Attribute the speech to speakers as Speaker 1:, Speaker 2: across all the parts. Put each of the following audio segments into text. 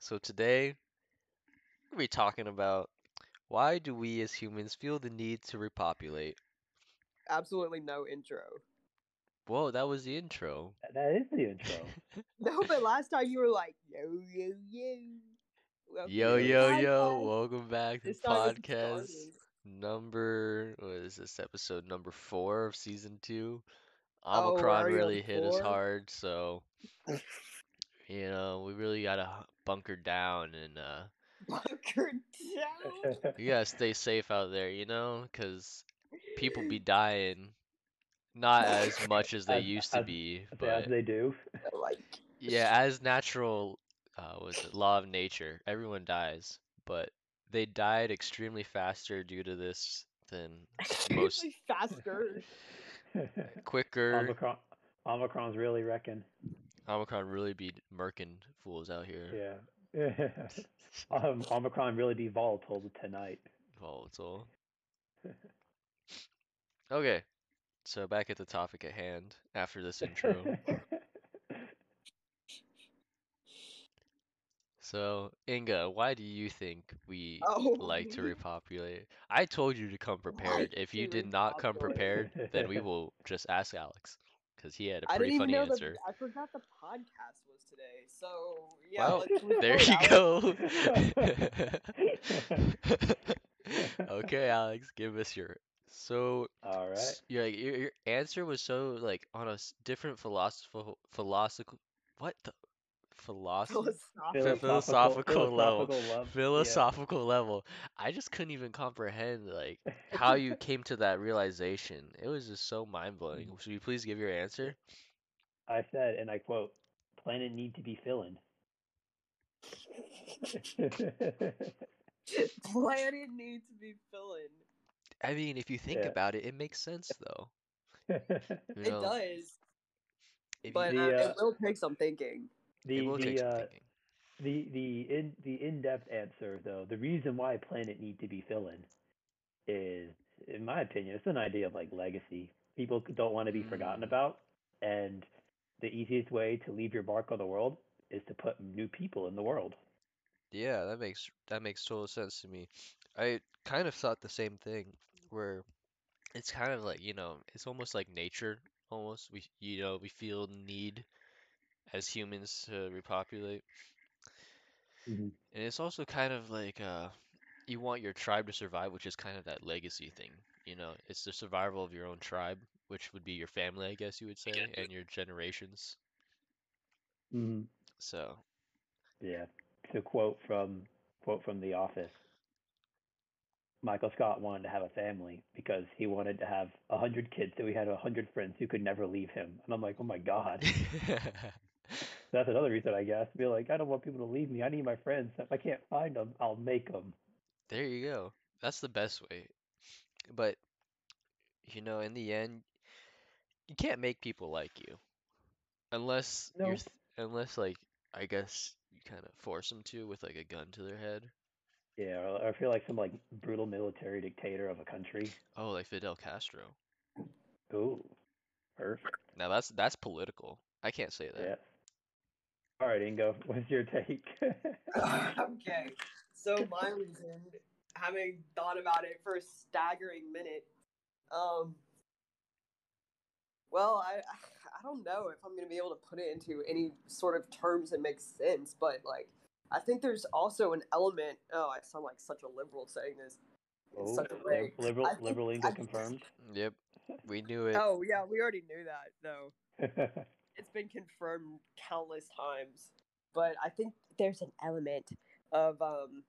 Speaker 1: So today, we'll be talking about why do we as humans feel the need to repopulate?
Speaker 2: Absolutely no intro.
Speaker 1: Whoa, that was the intro.
Speaker 3: That- that is the intro.
Speaker 2: No, but last time you were like, yo, yo, yo. Welcome
Speaker 1: yo,
Speaker 2: to the
Speaker 1: yo, yo,
Speaker 2: podcast.
Speaker 1: welcome back to
Speaker 2: This time it's
Speaker 1: podcast
Speaker 2: started.
Speaker 1: number, what is this, episode number four of season two?
Speaker 2: Oh, we're
Speaker 1: Omicron
Speaker 2: already on
Speaker 1: really hit us
Speaker 2: four?
Speaker 1: hard, so, you know, we really gotta h- bunker down and, uh,
Speaker 2: Bunker down.
Speaker 1: you gotta stay safe out there, you know, because people be dying. Not as much as they
Speaker 3: As-
Speaker 1: used to
Speaker 3: as-
Speaker 1: be,
Speaker 3: As
Speaker 1: but
Speaker 3: they do.
Speaker 2: like,
Speaker 1: yeah, as natural uh, was it law of nature, everyone dies, but they died extremely faster due to this than most
Speaker 2: usually faster.
Speaker 1: quicker.
Speaker 3: Omicron, Omicron's really wrecking.
Speaker 1: Omicron really be murking fools out here.
Speaker 3: Yeah. um, Omicron really be volatile tonight.
Speaker 1: Volatile. Okay, so back at the topic at hand after this intro. So, Inga, why do you think we
Speaker 2: Oh,
Speaker 1: like to
Speaker 2: me?
Speaker 1: repopulate? I told you to come prepared. If you
Speaker 2: to
Speaker 1: did not come prepared,
Speaker 3: repopulate?
Speaker 1: then we will just ask Alex because he had a
Speaker 2: I
Speaker 1: pretty
Speaker 2: didn't even
Speaker 1: funny
Speaker 2: know
Speaker 1: answer.
Speaker 2: that. I forgot the podcast was today. So, yeah.
Speaker 1: Wow,
Speaker 2: let's move
Speaker 1: There
Speaker 2: forward,
Speaker 1: you
Speaker 2: Alex.
Speaker 1: go. okay, Alex, give us your so
Speaker 3: All right.
Speaker 1: s- your like, your your answer was so like on a s- different philosophical philosophical what the philosophy
Speaker 2: Philosophical.
Speaker 1: Phil- philosophical level.
Speaker 3: level.
Speaker 1: philosophical level. I just couldn't even comprehend like how you came to that realization. It was just so mind blowing. Should you please give your answer?
Speaker 3: I said, and I quote, "Planet need to be filling."
Speaker 2: Planet needs to be filling.
Speaker 1: I mean, if you think
Speaker 3: Yeah.
Speaker 1: about it, it makes sense though. you
Speaker 2: It
Speaker 1: know?
Speaker 2: does,
Speaker 1: If you-
Speaker 2: but
Speaker 3: The,
Speaker 2: uh,
Speaker 3: uh,
Speaker 2: it will take some thinking.
Speaker 3: the
Speaker 1: it will take
Speaker 3: the
Speaker 1: some
Speaker 3: uh,
Speaker 1: thinking.
Speaker 3: the the in the in depth answer though, the reason why planet need to be filling is, in my opinion, it's an idea of like legacy. People c- don't want to be forgotten
Speaker 1: Mm.
Speaker 3: about, and the easiest way to leave your mark on the world is to put new people in the world.
Speaker 1: Yeah, that makes that makes total sense to me. I kind of thought the same thing, where it's kind of like, you know, it's almost like nature, almost. We, you know, we feel need as humans to repopulate. And it's also kind of like uh, you want your tribe to survive, which is kind of that legacy thing. You know, it's the survival of your own tribe, which would be your family, I guess you would say, and your generations.
Speaker 3: Mm-hmm.
Speaker 1: So,
Speaker 3: Yeah. To quote from quote from The Office, Michael Scott wanted to have a family because he wanted to have a hundred kids, so he had a hundred friends who could never leave him. And I'm like, oh my god, that's another reason I guess. Be like, I don't want people to leave me. I need my friends. If I can't find them, I'll make them.
Speaker 1: there you go. That's the best way. But, you know, in the end, you can't make people like you unless you're
Speaker 3: Nope.
Speaker 1: th- unless like I guess you kind of force them to with like a gun to their head.
Speaker 3: Yeah, or, or I feel like some like brutal military dictator of a country.
Speaker 1: Oh, like Fidel Castro.
Speaker 3: Ooh, perfect.
Speaker 1: Now that's that's political. I can't say that.
Speaker 3: Yeah. All right, Ingo, what's your take?
Speaker 2: okay. So my reason, having thought about it for a staggering minute, um, well, I I don't know if I'm gonna be able to put it into any sort of terms that makes sense, but like I think there's also an element. Oh, I sound like such a liberal saying this. in
Speaker 3: Oh,
Speaker 2: such a way.
Speaker 3: lib- liberal,
Speaker 2: I think-
Speaker 3: liberal
Speaker 2: I
Speaker 3: Ingo
Speaker 2: think-
Speaker 3: confirmed.
Speaker 1: Yep, we knew it.
Speaker 2: Oh yeah, we already knew that though.
Speaker 3: yeah,
Speaker 2: it's been confirmed countless times, but I think there's an element of um,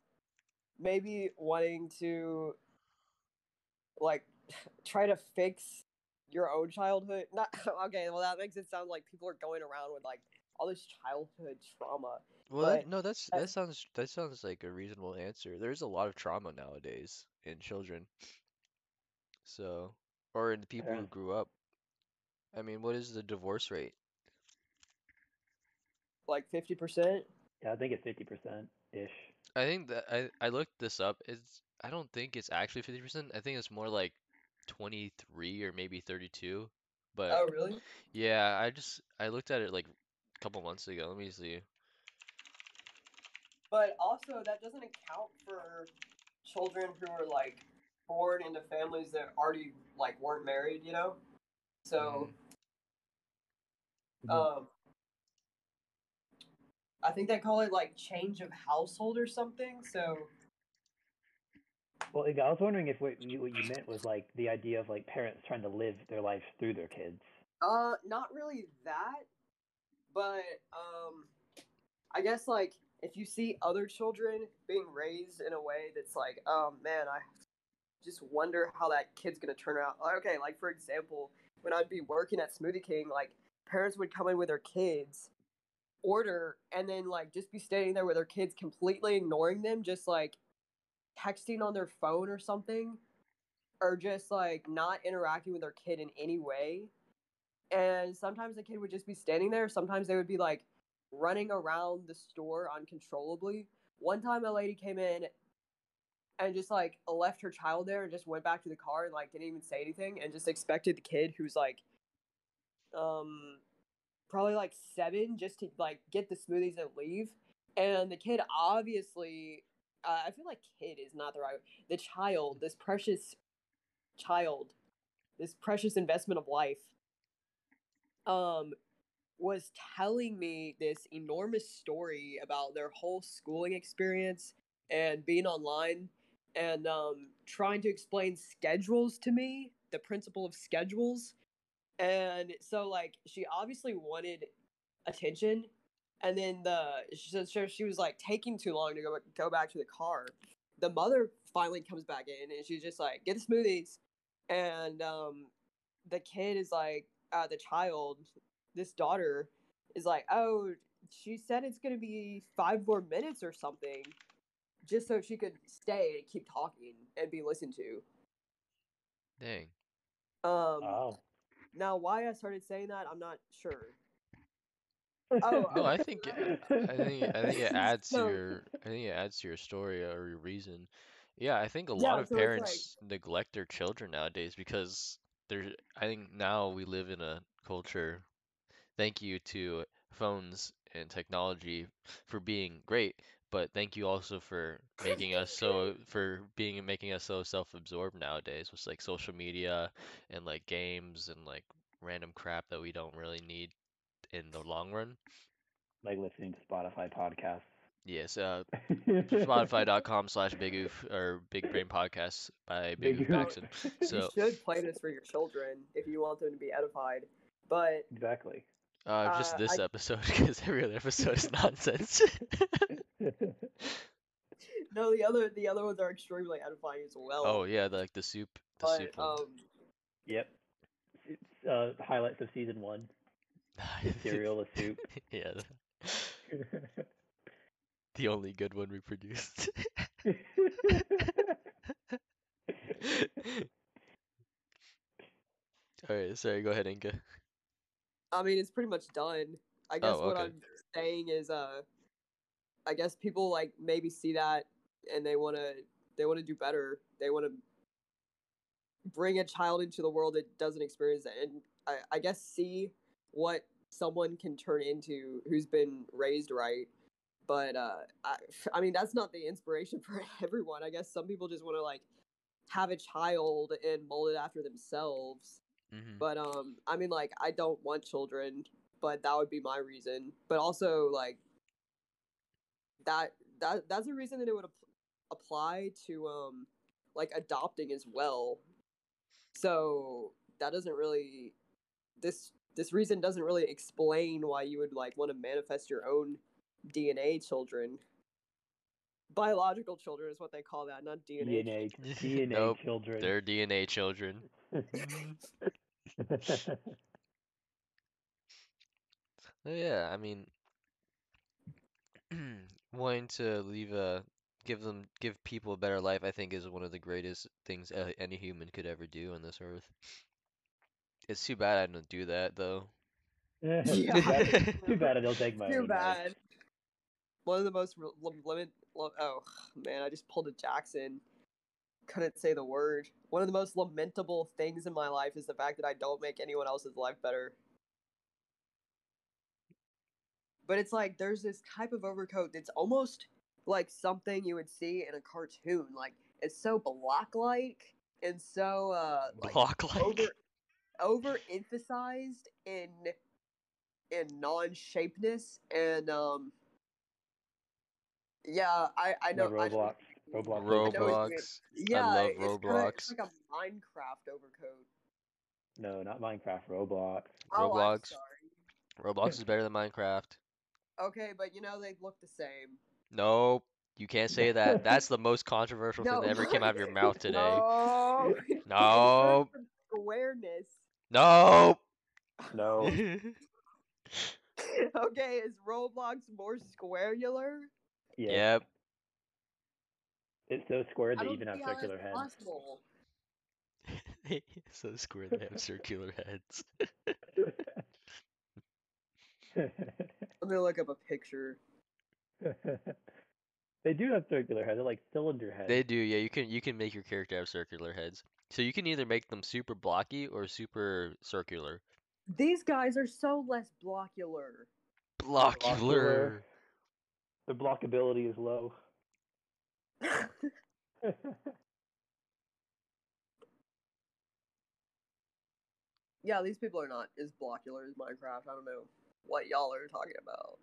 Speaker 2: maybe wanting to like try to fix your own childhood. Not okay. Well, that makes it sound like people are going around with like all this childhood trauma.
Speaker 1: Well, that,
Speaker 2: but uh
Speaker 1: no, that's
Speaker 2: I-
Speaker 1: that sounds that sounds like a reasonable answer. There's a lot of trauma nowadays in children. So, or in the people
Speaker 3: Yeah.
Speaker 1: who grew up. I mean, what is the divorce rate?
Speaker 2: Like fifty percent.
Speaker 3: I think it's fifty percent ish.
Speaker 1: I think that I I looked this up. It's I don't think it's actually 50%. I think it's more like 23 or maybe 32. But
Speaker 2: Oh really?
Speaker 1: yeah, I just I looked at it like a couple months ago. Let me see.
Speaker 2: But also, that doesn't account for children who are like born into families that already like weren't married, you know. So,
Speaker 3: Mhm.
Speaker 2: um, I think they call it like change of household or something. So,
Speaker 3: Well, like, I was wondering if what you, what you meant was like the idea of like parents trying to live their lives through their kids.
Speaker 2: Uh, not really that, but um, I guess like if you see other children being raised in a way that's like, oh man, I just wonder how that kid's gonna turn out. Like, okay, like for example, when I'd be working at Smoothie King, like parents would come in with their kids, order, and then like just be standing there with their kids, completely ignoring them, just like texting on their phone or something, or just like not interacting with their kid in any way and sometimes the kid would just be standing there. Sometimes they would be like running around the store uncontrollably. One time, a lady came in and just like left her child there and just went back to the car and like didn't even say anything and just expected the kid who's like, um, probably like seven just to like get the smoothies and leave. And the kid obviously, uh, I feel like kid is not the right. The child, this precious child, this precious investment of life um was telling me this enormous story about their whole schooling experience and being online and um trying to explain schedules to me the principle of schedules and so like she obviously wanted attention and then the she said sure she was like taking too long to go, go back to the car the mother finally comes back in and she's just like get the smoothies and um the kid is like uh, the child, this daughter, is like, oh, she said it's gonna be five more minutes or something, just so she could stay and keep talking and be listened to.
Speaker 1: Dang.
Speaker 2: Um,
Speaker 3: Oh.
Speaker 2: now why I started saying that, I'm not sure. Oh,
Speaker 1: No, I think it- I think it- I think it adds to
Speaker 2: So-
Speaker 1: your I think it adds to your story or your reason. Yeah, I think a
Speaker 2: Yeah,
Speaker 1: lot of
Speaker 2: so it's like-
Speaker 1: parents neglect their children nowadays because there's I think now we live in a culture, thank you to phones and technology for being great, but thank you also for making us so for being making us so self-absorbed nowadays with like social media and like games and like random crap that we don't really need in the long run.
Speaker 3: like listening to Spotify podcasts.
Speaker 1: Yes, uh, Spotify.com slash Big Oof or Big Brain Podcast by Big, Oof
Speaker 3: Big Oof.
Speaker 1: Paxton. So,
Speaker 2: you should play this for your children if you want them to be edified. But
Speaker 3: Exactly.
Speaker 1: uh,
Speaker 2: Uh,
Speaker 1: just this
Speaker 2: I-
Speaker 1: episode because every other episode is nonsense.
Speaker 2: no, the other the other ones are extremely edifying as well.
Speaker 1: oh yeah, the, like the soup, the
Speaker 2: but
Speaker 1: soup one.
Speaker 2: um,
Speaker 3: yep. It's, uh, highlights of season one. Cereal, the soup.
Speaker 1: yeah, the, the only good one we produced. All right, sorry. Go ahead, Inka.
Speaker 2: I mean, it's pretty much done. I guess
Speaker 1: Oh,
Speaker 2: what
Speaker 1: okay.
Speaker 2: I'm saying is, uh, I guess people like maybe see that and they want to they want to do better. They want to bring a child into the world that doesn't experience that, and I, I guess see what someone can turn into who's been raised right. But uh, I, I mean, that's not the inspiration for everyone. I guess some people just want to like have a child and mold it after themselves.
Speaker 1: hmm
Speaker 2: But um, I mean, like, I don't want children, but that would be my reason. But also, like, that that that's a reason that it would ap- apply to um, like adopting as well. So that doesn't really this this reason doesn't really explain why you would like want to manifest your own DNA children. Biological children is what they call that, not DNA.
Speaker 3: DNA, DNA
Speaker 1: Nope,
Speaker 3: children.
Speaker 1: They're DNA children. Oh, Yeah, I mean, wanting to leave a give them give people a better life, I think, is one of the greatest things uh, any human could ever do on this earth. It's too bad I don't do that though.
Speaker 3: Too bad- too bad I don't take my
Speaker 2: Too
Speaker 3: own life.
Speaker 2: bad. One of the most re- lim- limit. lo- Oh man, I just pulled a Jackson. Couldn't say the word. One of the most lamentable things in my life is the fact that I don't make anyone else's life better. But it's like there's this type of overcoat that's almost like something you would see in a cartoon. Like it's so block like and so uh like
Speaker 1: Block like
Speaker 2: over overemphasized in in non shapeness and um yeah, I I know
Speaker 3: No,
Speaker 2: I know-
Speaker 3: Roblox. Roblox.
Speaker 2: Roblox.
Speaker 1: Roblox.
Speaker 2: Yeah,
Speaker 1: love
Speaker 2: it's kinda- it's
Speaker 1: Roblox.
Speaker 2: like a Minecraft overcoat.
Speaker 3: No, not Minecraft. Roblox.
Speaker 2: Oh, I'm
Speaker 1: Roblox.
Speaker 2: sorry.
Speaker 1: Roblox is better than Minecraft.
Speaker 2: Okay, but you know they look the same.
Speaker 1: Nope. You can't say that. That's the most controversial thing
Speaker 2: No,
Speaker 1: that ever came out of your mouth today.
Speaker 2: No.
Speaker 1: No.
Speaker 2: Awareness.
Speaker 1: Nope.
Speaker 3: No.
Speaker 2: okay, is Roblox more squarular?
Speaker 3: Yeah.
Speaker 1: Yep.
Speaker 3: It's so square
Speaker 2: I
Speaker 3: they
Speaker 2: don't
Speaker 3: even have
Speaker 2: see how
Speaker 3: circular
Speaker 2: that's
Speaker 3: heads.
Speaker 2: possible.
Speaker 1: so square they have circular heads.
Speaker 2: Let me look up a picture.
Speaker 3: they do have circular heads. They're like cylinder heads.
Speaker 1: They do, yeah. You can you can make your character have circular heads. So you can either make them super blocky or super circular.
Speaker 2: These guys are so less blockular.
Speaker 1: Blockular.
Speaker 3: Blockular. Their blockability is low.
Speaker 2: yeah, these people are not as blockular as Minecraft. I don't know what y'all are talking about.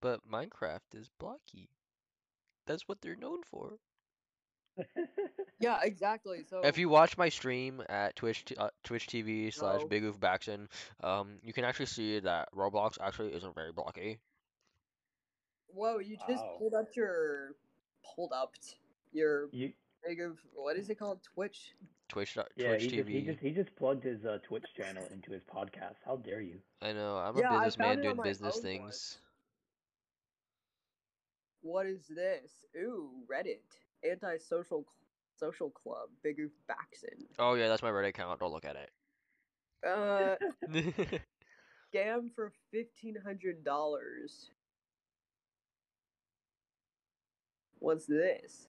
Speaker 1: But Minecraft is blocky. That's what they're known for.
Speaker 2: Yeah, exactly. So
Speaker 1: If you watch my stream at Twitch t- uh, Twitch TV slash
Speaker 2: No.
Speaker 1: Big Oof Baxton, um, you can actually see that Roblox actually isn't very blocky.
Speaker 2: whoa, you just
Speaker 3: Wow.
Speaker 2: pulled up your pulled up t- your
Speaker 3: you,
Speaker 2: big of what is it called? Twitch.
Speaker 1: Twitch dot-
Speaker 3: yeah,
Speaker 1: Twitch
Speaker 3: he just, he
Speaker 1: TV.
Speaker 3: just he just plugged his uh, Twitch channel into his podcast. How dare you?
Speaker 1: I know I'm a
Speaker 2: Yeah, I found
Speaker 1: businessman
Speaker 2: it on
Speaker 1: doing
Speaker 2: my
Speaker 1: business
Speaker 2: phone
Speaker 1: things.
Speaker 2: once. What is this? Ooh, Reddit. Antisocial cl- social club. Big Oof Baxen.
Speaker 1: Oh yeah, that's my Reddit account. Don't look at
Speaker 2: Uh,
Speaker 1: it.
Speaker 2: scam for fifteen hundred dollars. What's this?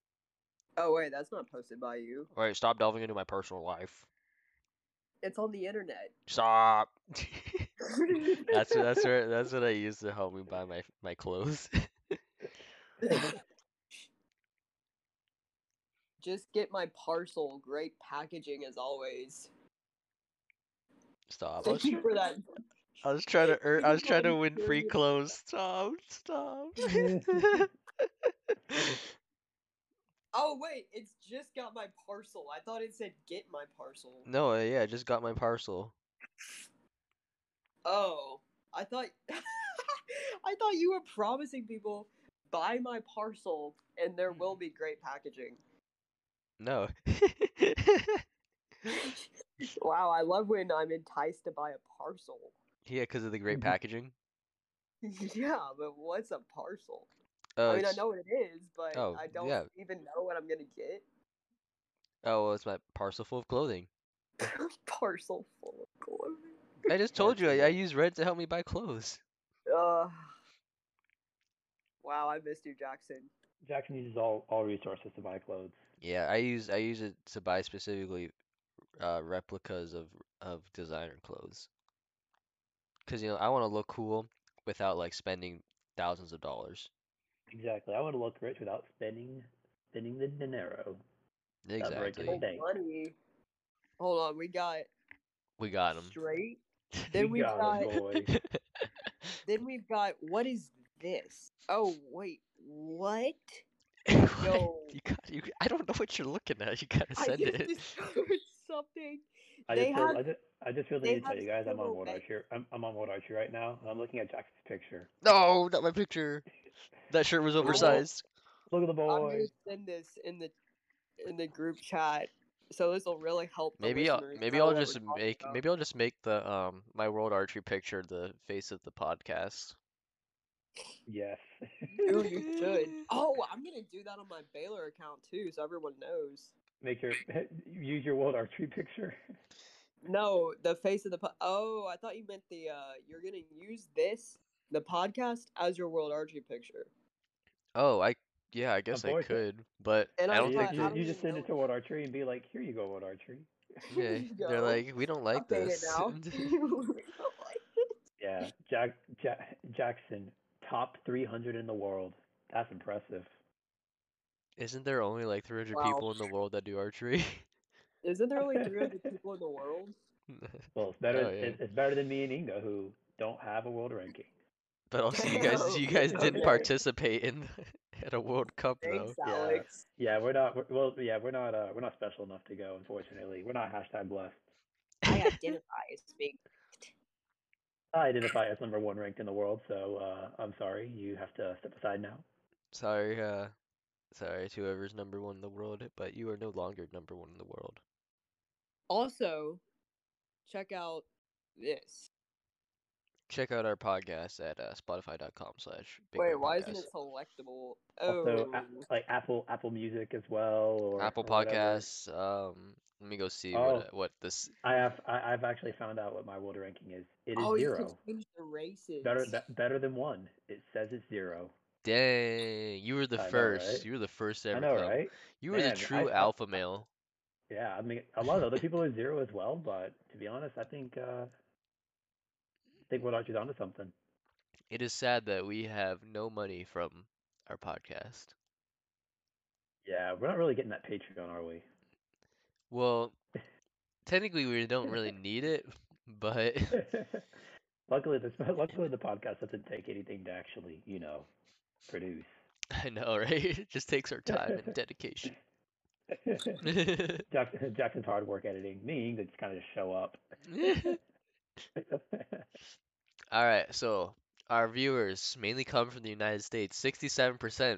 Speaker 2: Oh wait, that's not posted by you.
Speaker 1: All right, stop delving into my personal life.
Speaker 2: It's on the internet.
Speaker 1: Stop. that's that's where, that's what I use to help me buy my my clothes.
Speaker 2: Just get my parcel. Great packaging as always.
Speaker 1: Stop. I
Speaker 2: Thank
Speaker 1: was,
Speaker 2: you for that.
Speaker 1: I was trying to earn, I was
Speaker 2: Thank you for
Speaker 1: trying to win free
Speaker 2: encouraging-
Speaker 1: clothes. Stop. Stop.
Speaker 2: Oh wait, it's just got my parcel. I thought it said get my parcel.
Speaker 1: no, uh, yeah, I just got my parcel.
Speaker 2: Oh, I thought I thought you were promising people buy my parcel and there
Speaker 1: Mm-hmm.
Speaker 2: will be great packaging.
Speaker 1: No.
Speaker 2: Wow, I love when I'm enticed to buy a parcel.
Speaker 1: yeah, because of the great
Speaker 2: Mm-hmm.
Speaker 3: Mhm.
Speaker 1: packaging.
Speaker 2: yeah, but what's a parcel?
Speaker 1: Oh,
Speaker 2: I mean, I
Speaker 1: it's-
Speaker 2: know what it is, but
Speaker 1: Oh,
Speaker 2: I don't
Speaker 1: yeah.
Speaker 2: even know what I'm gonna get.
Speaker 1: oh, well, it's my parcel full of clothing.
Speaker 2: parcel full of glory.
Speaker 1: I just told you I, I
Speaker 3: Parcel.
Speaker 1: use Reddit to help me buy clothes.
Speaker 2: Uh, wow, I missed you, Jackson.
Speaker 3: Jackson uses all, all resources to buy clothes.
Speaker 1: Yeah, I use I use it to buy specifically uh, replicas of of designer clothes. Cause you know I want to look cool without like spending thousands of dollars.
Speaker 3: Exactly. I want to look rich without spending spending the dinero. breaking
Speaker 1: Exactly.
Speaker 3: it.
Speaker 2: Oh,
Speaker 3: Thanks.
Speaker 2: money. Hold on, we got
Speaker 1: We got him.
Speaker 2: straight. Then
Speaker 3: we
Speaker 2: we
Speaker 3: got
Speaker 2: got
Speaker 3: 'em, boy.
Speaker 2: Then we've got what is this? Oh wait, what?
Speaker 1: Yo.
Speaker 2: Yo.
Speaker 1: You got you. I don't know what you're looking at. You gotta
Speaker 2: I
Speaker 1: send
Speaker 2: just
Speaker 1: it.
Speaker 2: discovered something.
Speaker 3: I
Speaker 2: They
Speaker 3: just, feel-
Speaker 2: have-
Speaker 3: I just I just really
Speaker 2: they
Speaker 3: need to tell
Speaker 2: have
Speaker 3: you guys I'm on
Speaker 2: several
Speaker 3: World
Speaker 2: men-
Speaker 3: Archery. I'm I'm on World Archery right now, and I'm looking at Jackson's picture.
Speaker 1: No, not my picture. That shirt was
Speaker 2: Well-
Speaker 1: oversized.
Speaker 3: Look at the boy.
Speaker 2: I'm gonna send this in the in the group chat, so this will really help. the
Speaker 1: Maybe I'll
Speaker 2: listeners
Speaker 1: maybe
Speaker 2: know
Speaker 1: I'll
Speaker 2: what we're
Speaker 1: just
Speaker 2: talking
Speaker 1: make
Speaker 2: about.
Speaker 1: maybe I'll just make the um my world archery picture the face of the podcast.
Speaker 3: Yes.
Speaker 2: Dude, you should. Oh, I'm gonna do that on my Baylor account too, so everyone knows.
Speaker 3: Make your use your World Archery picture.
Speaker 2: No, the face of the po- oh, I thought you meant the uh, you're gonna use this the podcast as your world archery picture.
Speaker 1: Oh, I yeah, I guess I
Speaker 3: Unfortunate-
Speaker 1: could, but
Speaker 2: And
Speaker 1: I
Speaker 2: I
Speaker 1: don't
Speaker 3: you,
Speaker 2: thought-
Speaker 1: think
Speaker 2: I
Speaker 3: you,
Speaker 2: don't
Speaker 3: you just
Speaker 2: even
Speaker 3: send
Speaker 2: know
Speaker 3: it to World Archery and be like, here you go, World Archery.
Speaker 1: yeah, they're
Speaker 2: Go.
Speaker 1: like we don't like
Speaker 2: Update
Speaker 1: this.
Speaker 2: it now.
Speaker 3: Yeah, Jack, Jack Jackson, top 300 in the world. That's impressive.
Speaker 1: Isn't there only like 300
Speaker 2: Wow.
Speaker 1: people in the world that do archery?
Speaker 2: Isn't there only 300 people in the world?
Speaker 3: Well, it's better.
Speaker 1: Oh, yeah.
Speaker 3: it's, it's better than me and Inga, who don't have a world ranking.
Speaker 1: but also, you guys,
Speaker 2: No.
Speaker 1: you guys didn't
Speaker 2: Okay.
Speaker 1: participate in at a World Cup
Speaker 2: Thanks,
Speaker 1: though.
Speaker 3: yeah.
Speaker 2: Alex.
Speaker 3: Yeah, we're not. We're, well, yeah, we're not. Uh, we're not special enough to go. Unfortunately, we're not hashtag blessed.
Speaker 2: I identify as being.
Speaker 3: I identify as number one ranked in the world, so uh, I'm sorry. You have to step aside now.
Speaker 1: Sorry, uh, sorry to whoever's number one in the world, but you are no longer number one in the world.
Speaker 2: Also, check out this.
Speaker 1: Check out our podcast at uh, spotify.com slash Big
Speaker 2: Wait,
Speaker 1: Bang
Speaker 2: why isn't
Speaker 1: Podcast.
Speaker 2: it selectable?
Speaker 3: Also,
Speaker 2: Oh,
Speaker 3: a- like Apple, Apple Music as well, or
Speaker 1: Apple
Speaker 3: or whatever.
Speaker 1: Podcasts. Um, let me go see
Speaker 3: Oh.
Speaker 1: what uh, what this.
Speaker 3: I have. I, I've actually found out what my world ranking is. It is
Speaker 2: oh, you can
Speaker 3: zero.
Speaker 2: change the races.
Speaker 3: Better, be- better than one. It says it's zero.
Speaker 1: Dang, you were the
Speaker 3: I know,
Speaker 1: first.
Speaker 3: right?
Speaker 1: You were the first to ever
Speaker 3: I know,
Speaker 1: come.
Speaker 3: right?
Speaker 1: You were
Speaker 3: Man, I-
Speaker 1: the true
Speaker 3: I-
Speaker 1: alpha male.
Speaker 3: Yeah, I mean, a lot of other people are zero as well, but to be honest, I think uh, I think World Archer's onto something.
Speaker 1: It is sad that we have no money from our podcast.
Speaker 3: Yeah, we're not really getting that Patreon, are we?
Speaker 1: Well, technically we don't really need it, but
Speaker 3: luckily, this luckily the podcast doesn't take anything to actually, you know, produce.
Speaker 1: I know, right? It just takes our time and dedication.
Speaker 3: Jackson, Jackson's hard work editing. Me, that's kind of just show up.
Speaker 1: All right, so our viewers mainly come from the United States, 67%,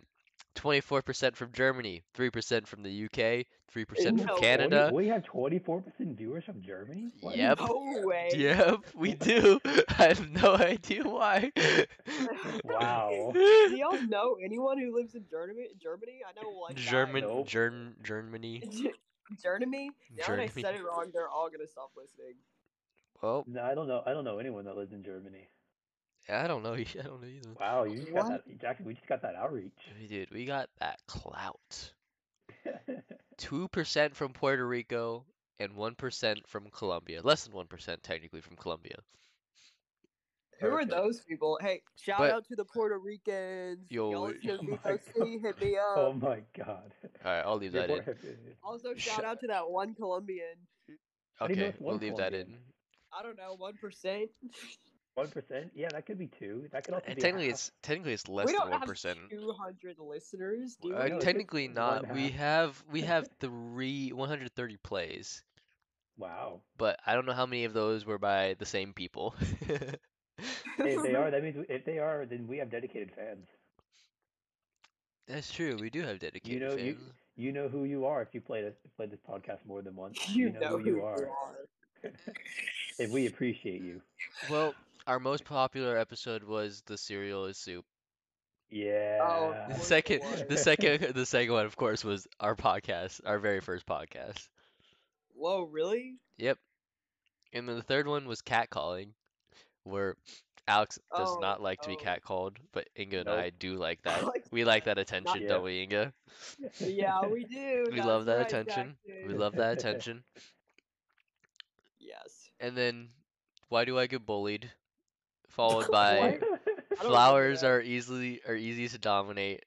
Speaker 1: 24% from Germany, 3% from the UK, 3%
Speaker 2: No.
Speaker 1: from Canada.
Speaker 3: We have twenty four percent viewers from Germany. What?
Speaker 1: Yep.
Speaker 2: No way.
Speaker 1: Yep, we do. I have no idea why.
Speaker 3: Wow.
Speaker 2: Do y'all know anyone who lives in Germany? Germany? I know one. guy.
Speaker 1: German,
Speaker 3: Nope.
Speaker 1: Gern, Germany.
Speaker 2: Germany? Now that I
Speaker 1: Germany.
Speaker 2: said it wrong, they're all gonna stop listening.
Speaker 1: Well,
Speaker 3: No, I don't know. I don't know anyone that lives in Germany.
Speaker 1: I don't know. I don't know either.
Speaker 3: Wow, you just got
Speaker 2: What?
Speaker 3: that, Jackson. We just got that outreach.
Speaker 1: Dude, we got that clout.
Speaker 2: Uh,
Speaker 1: two percent from Puerto Rico and one percent from Colombia. Less than one percent technically from Colombia.
Speaker 2: Who are
Speaker 3: Perfect.
Speaker 2: those people? Hey, shout
Speaker 1: But-
Speaker 2: out to the Puerto Ricans.
Speaker 1: Yo,
Speaker 2: Y'all listen
Speaker 3: oh
Speaker 2: to
Speaker 3: my
Speaker 2: VOC, hit me up.
Speaker 3: oh my god.
Speaker 1: All right, I'll leave that in.
Speaker 3: uh,
Speaker 2: also,
Speaker 1: sh-
Speaker 2: shout out to that one Colombian.
Speaker 3: do you know
Speaker 1: Okay,
Speaker 3: it's
Speaker 1: we'll
Speaker 3: one
Speaker 1: leave that in.
Speaker 3: Colombian?
Speaker 2: I don't know, one percent.
Speaker 3: One percent? Yeah, that could be two. That could
Speaker 2: Uh,
Speaker 3: also
Speaker 1: And
Speaker 3: be
Speaker 1: technically,
Speaker 3: half.
Speaker 1: it's technically it's less
Speaker 2: We
Speaker 1: than
Speaker 2: don't
Speaker 1: one
Speaker 2: have
Speaker 1: percent.
Speaker 2: two hundred listeners, do
Speaker 3: Well,
Speaker 1: Uh,
Speaker 2: we?
Speaker 3: No, it's just
Speaker 1: technically
Speaker 3: one
Speaker 1: not. We
Speaker 3: half.
Speaker 1: have we have three 130 plays,
Speaker 3: Wow.
Speaker 1: but I don't know how many of those were by the same people.
Speaker 3: If they are, that means we- if they are, then we have dedicated fans.
Speaker 1: That's true. We do have dedicated
Speaker 3: You know, you
Speaker 1: fans.
Speaker 3: you know who you are if you play this play this podcast more than once.
Speaker 2: you know who you are.
Speaker 3: and we appreciate you.
Speaker 1: Well, our most popular episode was the cereal is soup.
Speaker 2: Oh,
Speaker 3: Yeah.
Speaker 1: The
Speaker 2: course it
Speaker 1: second, the
Speaker 2: was.
Speaker 1: second, the second one, of course, was our podcast, our very first podcast.
Speaker 2: Whoa, really?
Speaker 1: Yep. And then the third one was catcalling, where Alex does
Speaker 2: Oh,
Speaker 1: not like to be
Speaker 2: oh.
Speaker 1: catcalled, but Inga and
Speaker 3: Nope.
Speaker 1: I do like that.
Speaker 2: Alex
Speaker 1: We like that attention,
Speaker 3: Yeah.
Speaker 1: don't we, Inga?
Speaker 2: Yeah, we do.
Speaker 1: We
Speaker 2: That's
Speaker 1: love that
Speaker 2: right,
Speaker 1: attention. We
Speaker 2: Jackson.
Speaker 1: love that attention.
Speaker 2: Yes.
Speaker 1: And then, why do I get bullied? Followed by
Speaker 2: What? don't remember
Speaker 1: flowers
Speaker 2: that.
Speaker 1: are easily are easy to dominate.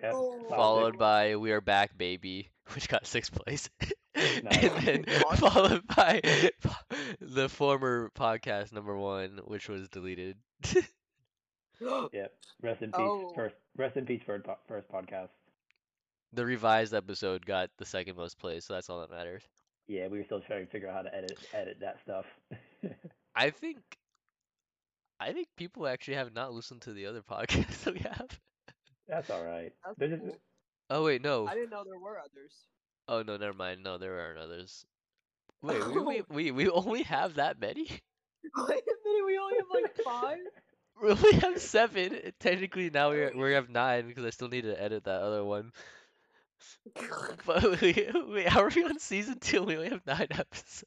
Speaker 3: Yep,
Speaker 2: Oh.
Speaker 3: classic.
Speaker 1: followed by "We Are Back, Baby," which got sixth place,
Speaker 3: Nice.
Speaker 1: and then
Speaker 2: Awesome.
Speaker 1: followed by po- the former podcast number one, which was deleted.
Speaker 3: Yep. Rest in peace.
Speaker 2: Oh.
Speaker 3: First. Rest in peace. First. po- First podcast.
Speaker 1: The revised episode got the second most plays, so that's all that matters.
Speaker 3: Yeah, we were still trying to figure out how to edit edit that stuff.
Speaker 1: I think, I think people actually have not listened to the other podcasts that we have.
Speaker 3: That's all right.
Speaker 2: That's
Speaker 3: There's just-
Speaker 2: cool.
Speaker 1: Oh wait, no.
Speaker 2: I didn't know there were others.
Speaker 1: Oh no, never mind. No, there are others. Wait, we, we we we only have that many?
Speaker 2: Wait a minute, we only have like five.
Speaker 1: We only have seven. Technically, now we we have nine because I still need to edit that other one. But we, we how are we on season two? and We only have nine episodes.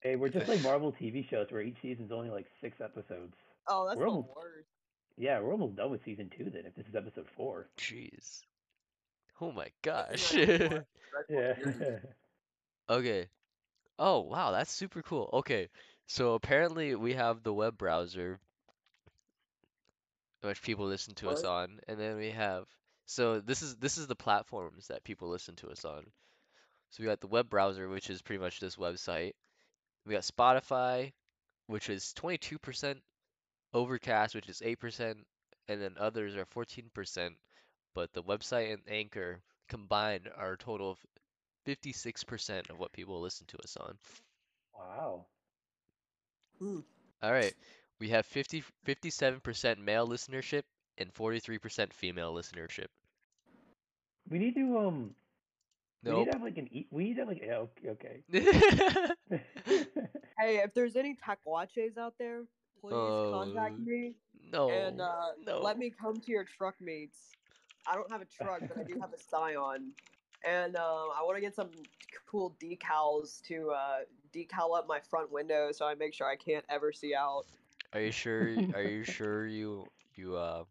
Speaker 3: Hey, we're just like Marvel TV shows where each season's only like six episodes.
Speaker 2: Oh, that's
Speaker 3: We're
Speaker 2: the
Speaker 3: almost-
Speaker 2: worst.
Speaker 3: Yeah, we're almost done with season two then. If this is episode four.
Speaker 1: Jeez. Oh my
Speaker 2: This
Speaker 1: gosh.
Speaker 2: is actually worse. That's what
Speaker 3: Yeah.
Speaker 2: we're doing.
Speaker 1: okay. Oh wow, that's super cool. Okay, so apparently we have the web browser. which people listen to us
Speaker 2: Word.
Speaker 1: on, and then we have so this is this is the platforms that people listen to us on. So we got the web browser, which is pretty much this website. We got Spotify, which is 22%, Overcast, which is 8%, and then others are 14%, but the website and Anchor combined are a total of 56% of what people listen to us on.
Speaker 3: Wow.
Speaker 1: All right. We have 50, 57% male listenership and 43% female listenership.
Speaker 3: We need to um. We need
Speaker 1: Nope.
Speaker 3: to have like an. E- we need to have like. Yeah, okay. okay.
Speaker 2: Hey, if there's any Takwatches out there, please
Speaker 1: Oh,
Speaker 2: contact me
Speaker 1: no.
Speaker 2: and uh,
Speaker 1: Oh, no.
Speaker 2: let me come to your truck meets. I don't have a truck, but I do have a Scion, and um, I want to get some cool decals to uh, decal up my front window so I make sure I can't ever see out.
Speaker 1: Are you sure? Are you sure you you uh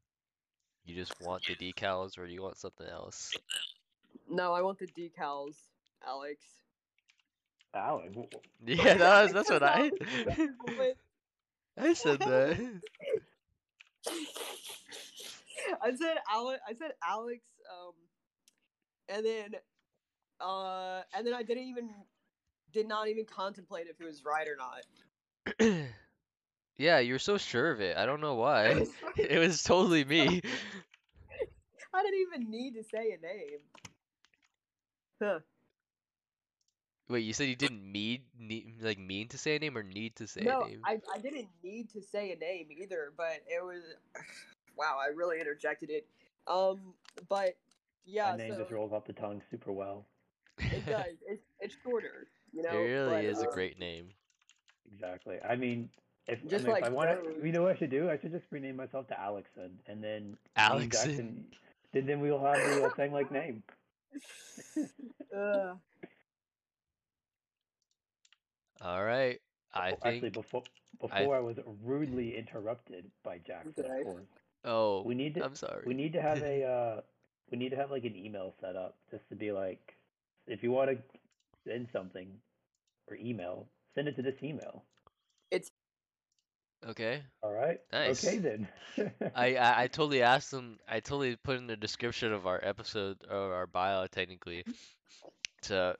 Speaker 1: you just want the decals or do you want something else?
Speaker 2: No, I want the decals, Alex.
Speaker 3: Alex, w- w-
Speaker 1: Yeah, that was,
Speaker 2: It
Speaker 1: that's what
Speaker 2: comes
Speaker 1: I
Speaker 2: out But
Speaker 1: I said that.
Speaker 2: I said Alex. I said Alex. Um, and then, uh, and then I didn't even did not even contemplate if he was right or not.
Speaker 1: yeah, you were so sure of it. I don't know why.
Speaker 2: I
Speaker 1: It was totally me.
Speaker 2: didn't even need to say a name. Huh.
Speaker 1: Wait, you said you didn't need, need like mean to say a name or need to say
Speaker 2: No,
Speaker 1: a name?
Speaker 2: I, I didn't need to say a name either, but it was wow. I really interjected it. Um, but yeah,
Speaker 3: my name
Speaker 2: so
Speaker 3: just rolls off the tongue super well.
Speaker 2: it does. It's it's shorter, you know.
Speaker 1: it really
Speaker 2: but,
Speaker 1: is a
Speaker 2: uh,
Speaker 1: great name.
Speaker 3: Exactly. I mean, if I,
Speaker 2: Just
Speaker 3: mean,
Speaker 2: like
Speaker 3: if I want
Speaker 2: Rose.
Speaker 3: to, you know what I should do? I should just rename myself to Alexon, and then me and
Speaker 1: Alexon.
Speaker 3: Jackson. Then then we'll have the uh, thing like name.
Speaker 2: Ugh.
Speaker 1: All right. I
Speaker 3: Befo- Oh, actually
Speaker 1: think.
Speaker 3: before
Speaker 1: I-
Speaker 3: before I, was rudely interrupted by Jackson.
Speaker 2: Okay.
Speaker 3: Of course,
Speaker 1: Oh,
Speaker 3: we need to
Speaker 1: I'm sorry.
Speaker 3: we need to have a uh, we need to have like an email set up just to be like, if you want to send something or email, send it to this email.
Speaker 1: Okay.
Speaker 3: All right.
Speaker 1: Nice.
Speaker 3: Okay then.
Speaker 1: I, I I totally asked them. I totally put in the description of our episode or our bio technically. So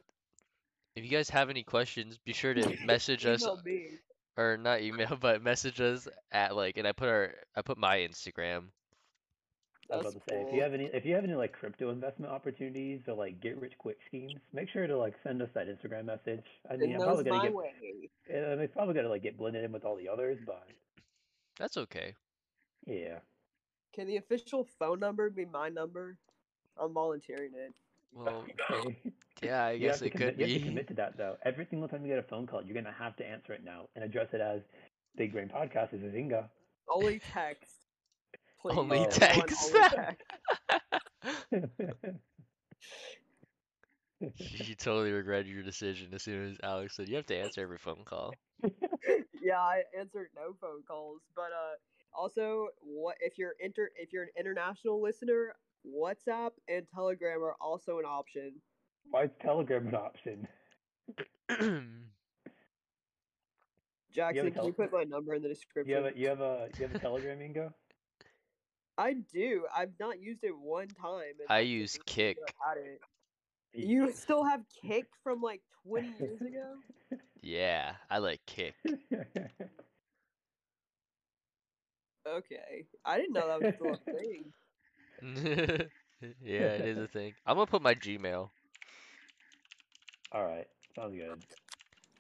Speaker 1: if you guys have any questions, be sure to message us
Speaker 2: Email me.
Speaker 1: or not email, but message us at like, and I put our I put my Instagram.
Speaker 3: I was
Speaker 2: That's
Speaker 3: about to say, if
Speaker 2: cool.
Speaker 3: you have any, if you have any like crypto investment opportunities or like get rich quick schemes, make sure to like send us that Instagram message. I mean,
Speaker 2: it
Speaker 3: I'm
Speaker 2: knows
Speaker 3: probably
Speaker 2: my
Speaker 3: gonna get,
Speaker 2: way.
Speaker 3: and it's probably gonna like get blended in with all the others, but
Speaker 1: That's okay.
Speaker 3: yeah,
Speaker 2: Can the official phone number be my number? I'm volunteering it.
Speaker 1: Well,
Speaker 3: okay.
Speaker 1: yeah, I
Speaker 3: You have
Speaker 1: guess
Speaker 3: to
Speaker 1: it
Speaker 3: commit.
Speaker 1: could
Speaker 3: You have to
Speaker 1: be.
Speaker 3: commit to that though. Every single time you get a phone call, you're gonna have to answer it now and address it as Big Brain Podcast is a Zinga.
Speaker 2: Only text.
Speaker 3: Oh.
Speaker 2: Please.
Speaker 1: Only
Speaker 2: everyone,
Speaker 1: text.
Speaker 2: only text.
Speaker 1: You totally regretted your decision as soon as Alex said you have to answer every phone call.
Speaker 2: yeah, I answered no phone calls, but uh, also, what if you're inter if you're an international listener? WhatsApp and Telegram are also an option.
Speaker 3: Why is Telegram an option?
Speaker 2: Jackson, can
Speaker 3: tele-
Speaker 2: you put my number in the description?
Speaker 3: You have a you have a you have a Telegram, Ingo?
Speaker 2: I do. I've not used it one time. and
Speaker 1: I
Speaker 2: that's the
Speaker 1: use
Speaker 2: first
Speaker 1: Kick.
Speaker 2: time I've had it. You still have Kick from like 20 years ago?
Speaker 1: Yeah, I like Kick.
Speaker 2: Okay. I didn't know that was still a thing.
Speaker 1: yeah, it is a thing. I'm gonna put my Gmail.
Speaker 3: All right, sounds good.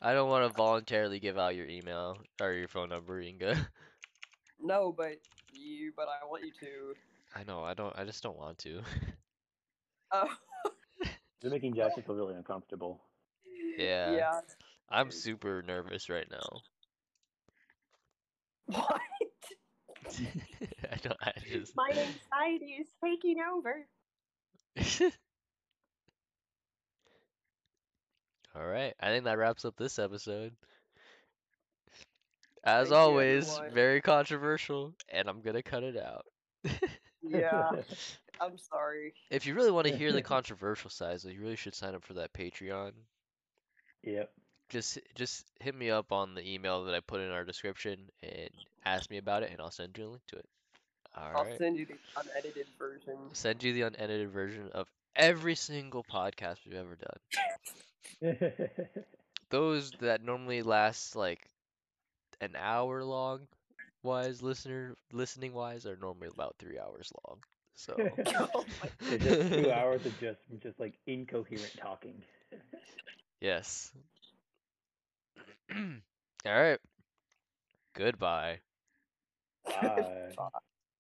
Speaker 1: I don't want to voluntarily give out your email or your phone number, Inga.
Speaker 2: No, but you, but I want you to.
Speaker 1: I know, I don't, I just don't want to.
Speaker 2: Oh.
Speaker 3: You're making Jackson feel really uncomfortable.
Speaker 1: Yeah.
Speaker 2: Yeah.
Speaker 1: I'm
Speaker 2: Yes.
Speaker 1: super nervous right now.
Speaker 2: What?
Speaker 1: I don't, I just.
Speaker 4: My anxiety is taking over.
Speaker 1: All right, I think that wraps up this episode. As
Speaker 2: Thank you,
Speaker 1: always,
Speaker 2: everyone.
Speaker 1: very controversial, and I'm gonna cut it out.
Speaker 2: Yeah. I'm sorry.
Speaker 1: If you really want to hear the controversial sides, though, you really should sign up for that Patreon.
Speaker 3: yep.
Speaker 1: Just just hit me up on the email that I put in our description and ask me about it, and I'll send you a link to it. All
Speaker 2: I'll
Speaker 1: right.
Speaker 2: send you the unedited version.
Speaker 1: Send you the unedited version of every single podcast we've ever done. Those that normally last like an hour long, wise listener listening wise, are normally about three hours long. So
Speaker 3: They're just two hours of just just like incoherent talking.
Speaker 1: Yes. All right. Goodbye.
Speaker 3: Bye.